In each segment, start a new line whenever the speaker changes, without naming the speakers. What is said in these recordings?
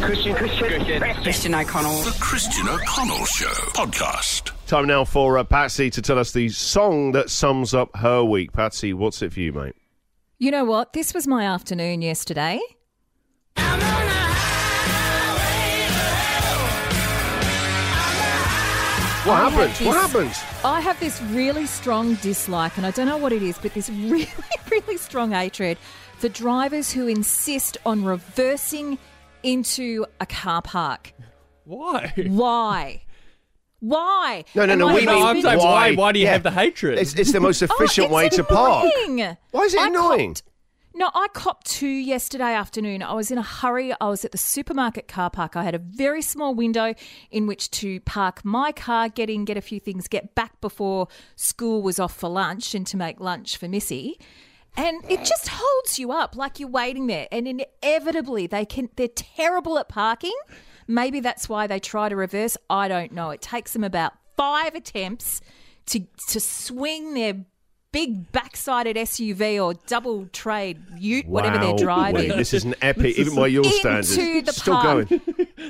Christian, Christian, Christian, Christian O'Connell.
The Christian O'Connell Show podcast.
Time now for uh, Patsy to tell us the song that sums up her week. Patsy, what's it for you, mate?
You know what? This was my afternoon yesterday.
What
I
happens?
had
What
this-
happens?
I have this really strong dislike, and I don't know what it is, but this really, really strong hatred for drivers who insist on reversing into a car park.
Why?
Why? Why?
No, no,
And
no,
my
we
No,
mean
I'm
husband-
saying
why?
why? Why do you
Yeah.
have the hatred?
It's, it's the most
Oh,
efficient
it's
way to park.
annoying.
Why is it
I
annoying?
copped- no, I copped two yesterday afternoon. I was in a hurry. I was at the supermarket car park. I had a very small window in which to park my car, get in, get a few things, get back before school was off for lunch and to make lunch for Missy. And it just holds you up like you're waiting there. And inevitably, they can they're terrible at parking. Maybe that's why they try to reverse. I don't know. It takes them about five attempts to to swing their big backsided SUV or double trade ute, whatever
Wow,
their drive
wait,
is.
This is an epic, even by your
Into
standards.
the
Still
park.
going.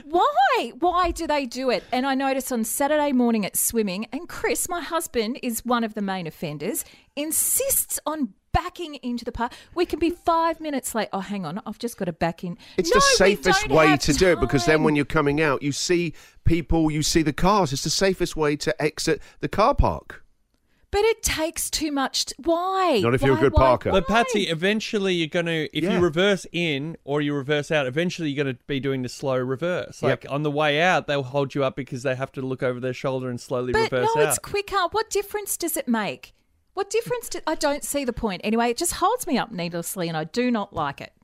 Why? Why do they do it? And I noticed on Saturday morning at swimming, and Chris, my husband, is one of the main offenders, insists on backing into the park. We can be five minutes late. Oh, hang on, I've just got to back in.
It's
No,
the
we
safest
don't
way
have
to do it because then
time.
when you're coming out, you see people, you see the cars. It's the safest way to exit the car park.
But it takes too much. T- why?
Not if you're a
Why,
good
why,
parker.
why?
But Patsy, eventually you're gonna if
Yeah.
you reverse in or you reverse out, eventually you're gonna be doing the slow reverse.
Yep.
Like on the way out, they'll hold you up because they have to look over their shoulder and slowly
But
reverse
no,
out.
it's quicker. What difference does it make? What difference? Do- I don't see the point. Anyway, it just holds me up needlessly, and I do not like it.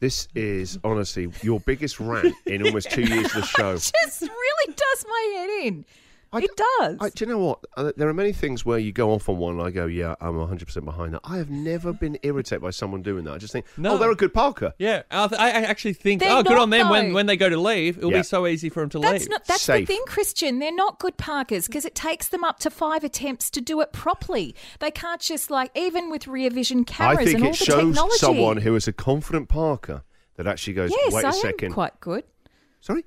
This is honestly your biggest rant in almost two years of the show.
Just really does my head in.
I-
it does.
I, do you know what? Uh, There are many things where you go off on one and I go, yeah, I'm 100% behind that. I have never
Hmm.
been irritated by someone doing that. I just think, oh,
No.
they're a good parker.
yeah, I, th- I I actually think
They're
oh, good
not,
on them when
though.
when they go to leave, it'll
Yeah.
be so easy for them to
that's
leave.
not that's
Safe.
the thing, Christian. They're not good parkers because it takes them up to five attempts to do it properly. They can't just like even with rear vision cameras
I think
and all
it
the
shows
technology.
someone who is a confident parker that actually goes,
yes,
wait
I
a
am
second.
quite good.
Sorry?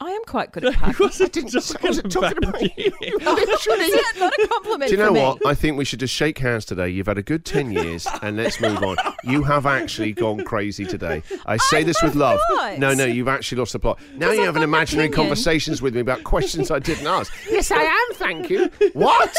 I am quite good at parking.
wasn't just
I wasn't talking about you.
Is that not a compliment
Do you know
for me?
what? I think we should just shake hands today. You've had a good 10 years and let's move on. You have actually gone crazy today. I say
I
this with
have
love.
not.
No, no, you've actually lost the plot. Now
Because
you're
I've
having
got an
imaginary
opinion.
conversations with me about questions I didn't ask. yes, I am, thank you. What?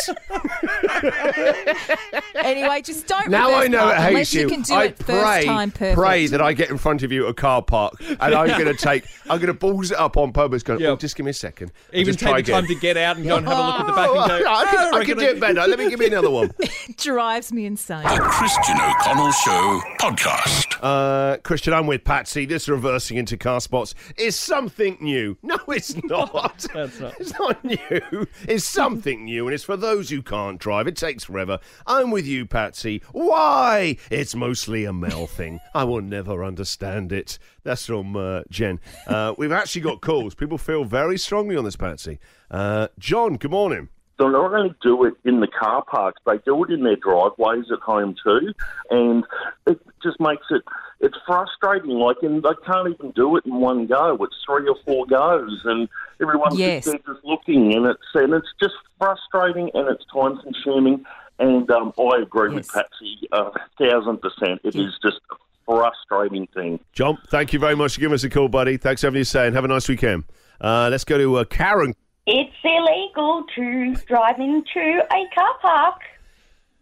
Anyway, just don't.
Now
reverse
I know
park
it hates
unless
you.
you can do
I
it
pray,
first time perfect.
pray that I get in front of you at a car park and I'm going to take, I'm going to balls it up on purpose. Going,
Yeah.
oh, just give me a second. I'll
Even
just try
take the time
again."
to get out and go and have a look at the back
Oh,
and go.
I can,
"Oh,
I can
reckon
do it better. Let me give me another one.
It drives me insane.
The Christian O'Connell Show podcast.
Uh, Christian, I'm with Patsy. This reversing into car spots is something new. No, it's not.
That's not-
It's not new. It's something new, and it's for those who can't drive. It takes forever. I'm with you, Patsy. Why? It's mostly a male thing. I will never understand it. That's from uh, Jen. Uh, we've actually got calls. People feel very strongly on this, Patsy. Uh, John, good morning.
they not only do it in the car parks, they do it in their driveways at home too, and it just makes it it's frustrating. Like, and they can't even do it in one go. It's three or four goes, and everyone's
Yes.
just, there just looking, and it's and it's just frustrating, and it's time consuming. And um, I agree with
Yes.
Patsy a thousand percent. It is
Yeah.
just a frustrating thing.
John, thank you very much for giving us a call, buddy. Thanks for having your say, and have a nice weekend. Uh, let's go to uh, Karen.
It's illegal to drive into a car park.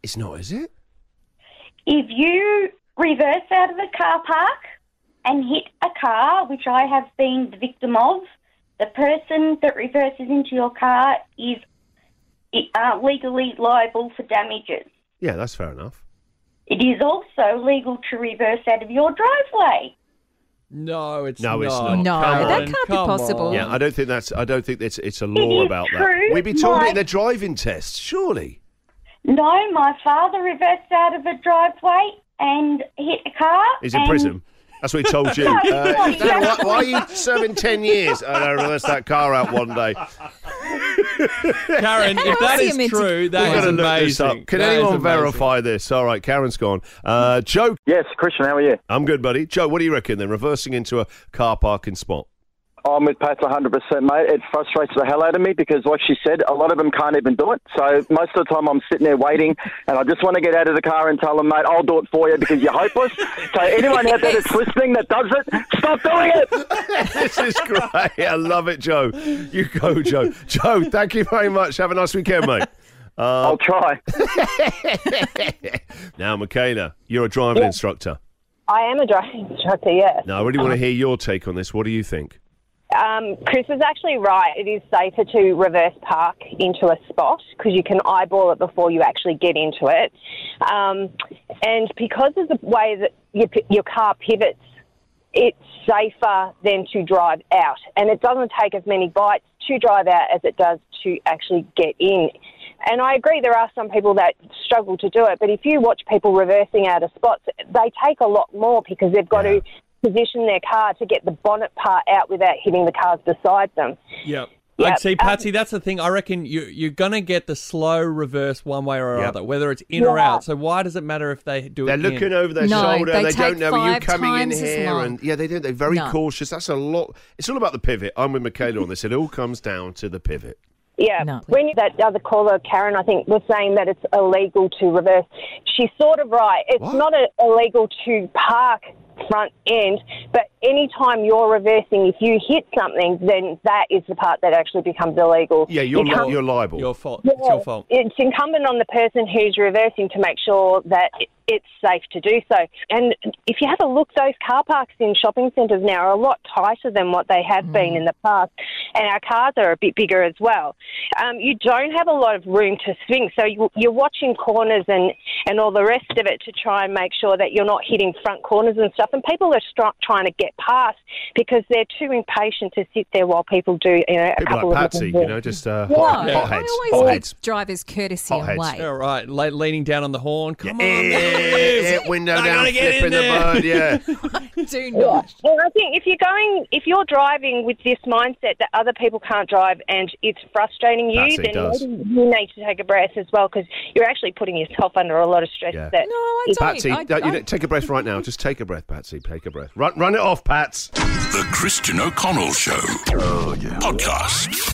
It's not, is it?
If you reverse out of a car park and hit a car, which I have been the victim of, the person that reverses into your car is uh, legally liable for damages.
Yeah, that's fair enough.
It is also legal to reverse out of your driveway.
No, it's
No,
not.
it's not.
No,
Come
that
on,
can't be
come
possible.
on.
Yeah, I don't think that's. I don't think that's. It's a law
is
about that.
true,
We'd be taught it in
Mike.
the driving test, surely.
No, my father reversed out of a driveway and hit a car.
He's
Um,
in
and-
prison. That's what he told you. Uh,
Mike,
Dad, why,
that's-
why are you serving ten years? And I reversed that car out one day.
Karen, if
else
that
are you
is
meant to-
true,
We're
that
gonna
is
look this
amazing.
up. Can
That is
anyone
amazing.
verify this? All right, Karen's gone. Uh, Joe,
Yes, Christian, how are you?
I'm good, buddy. Joe, what do you reckon? Then reversing into a car parking spot.
I'm with Pat 100%, mate. It frustrates the hell out of me because, like she said, a lot of them can't even do it. So most of the time, I'm sitting there waiting, and I just want to get out of the car and tell them, mate, I'll do it for you because you're hopeless. so anyone out there that's listening that does it, stop doing it.
this is great. I love it, Joe. You go, Joe. Joe, thank you very much. Have a nice weekend, mate.
I'll try.
Now, Michaela, you're a driving instructor.
I am a driving instructor, yes.
Now, I really want to hear your take on this. What do you think?
Um, Chris is actually right. It is safer to reverse park into a spot because you can eyeball it before you actually get into it. Um, and because of the way that your, your car pivots, it's safer than to drive out. And it doesn't take as many bites to drive out as it does to actually get in. And I agree, there are some people that struggle to do it, but if you watch people reversing out of spots, they take a lot more because they've got to position their car to get the bonnet part out without hitting the cars beside them.
Yep.
Yep.
Like, see, Patsy, that's the thing. I reckon you, you're going to get the slow reverse one way or
Yep.
another, whether it's in or
Yeah.
out. So why does it matter if they do
They're
it
looking
in?
over their
No,
shoulder.
they
They, don't
take
know. Are you
five
coming in
times as
here?
long.
And yeah, they don't. They're very
No.
cautious. That's a lot. It's all about the pivot. I'm with Michaela on this. It all comes down to the pivot.
Yeah.
No.
When that other caller, Karen, I think, was saying that it's illegal to reverse, she's sort of right. It's
What?
not a, illegal to park front end, but any time you're reversing, if you hit something, then that is the part that actually becomes illegal.
Yeah, you're
You
li-
can't-
you're liable.
Your fault. It's your fault.
it's incumbent on the person who's reversing to make sure that it- it's safe to do so. And if you have a look, those car parks in shopping centres now are a lot tighter than what they have been in the past, and our cars are a bit bigger as well. Um, you don't have a lot of room to swing, so you, you're watching corners and, and all the rest of it to try and make sure that you're not hitting front corners and stuff. And people are str- trying to get past because they're too impatient to sit there while people do you know a
People
couple
like
of
Patsy,
little
you know, just uh,
Yeah.
hot,
Yeah.
hotheads.
I always
Hotheads.
give drivers courtesy
Hotheads.
and wait.
All right. Le- leaning down on the horn. Come
Yeah,
on.
yeah,
move.
window
I
down,
gotta get in
flipping the
there.
bird. Yeah.
Do not.
Well, I think if you're going, if you're driving with this mindset that other people can't drive and it's frustrating you,
That's it,
then
does.
maybe you need to take a breath as well because you're actually putting yourself under a lot of stress.
Yeah.
That
No, I don't.
Patsy,
I,
uh, you
I-
know, take a breath right now. Just take a breath, Patsy. Take a breath. Run, run it off, Pats.
The Christian O'Connell Show. Podcast.